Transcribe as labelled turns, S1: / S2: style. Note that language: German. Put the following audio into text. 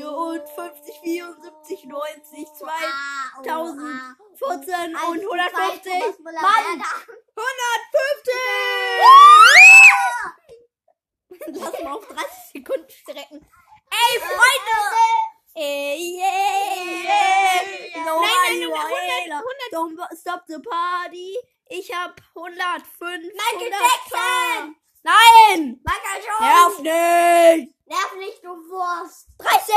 S1: 54, 74, 90, 2000,
S2: Ah, oh,
S1: 1000,
S2: ah.
S1: 14
S2: Eins,
S1: und
S2: zwei,
S1: 150.
S2: Thomas Müller,
S1: Mann!
S2: Werder.
S1: 150! Lass mal auf 30 Sekunden strecken. Ey, Freunde! Ey, yeah, yeah.
S2: No
S1: nein, nein,
S2: one
S1: nein, 100, 100. Don't stop the party. Ich hab 105.
S2: Michael
S1: 100.
S2: Jackson!
S1: Nein!
S2: Michael Jordan!
S1: Nerv nicht!
S2: Nerv nicht, du Wurst!
S1: 30!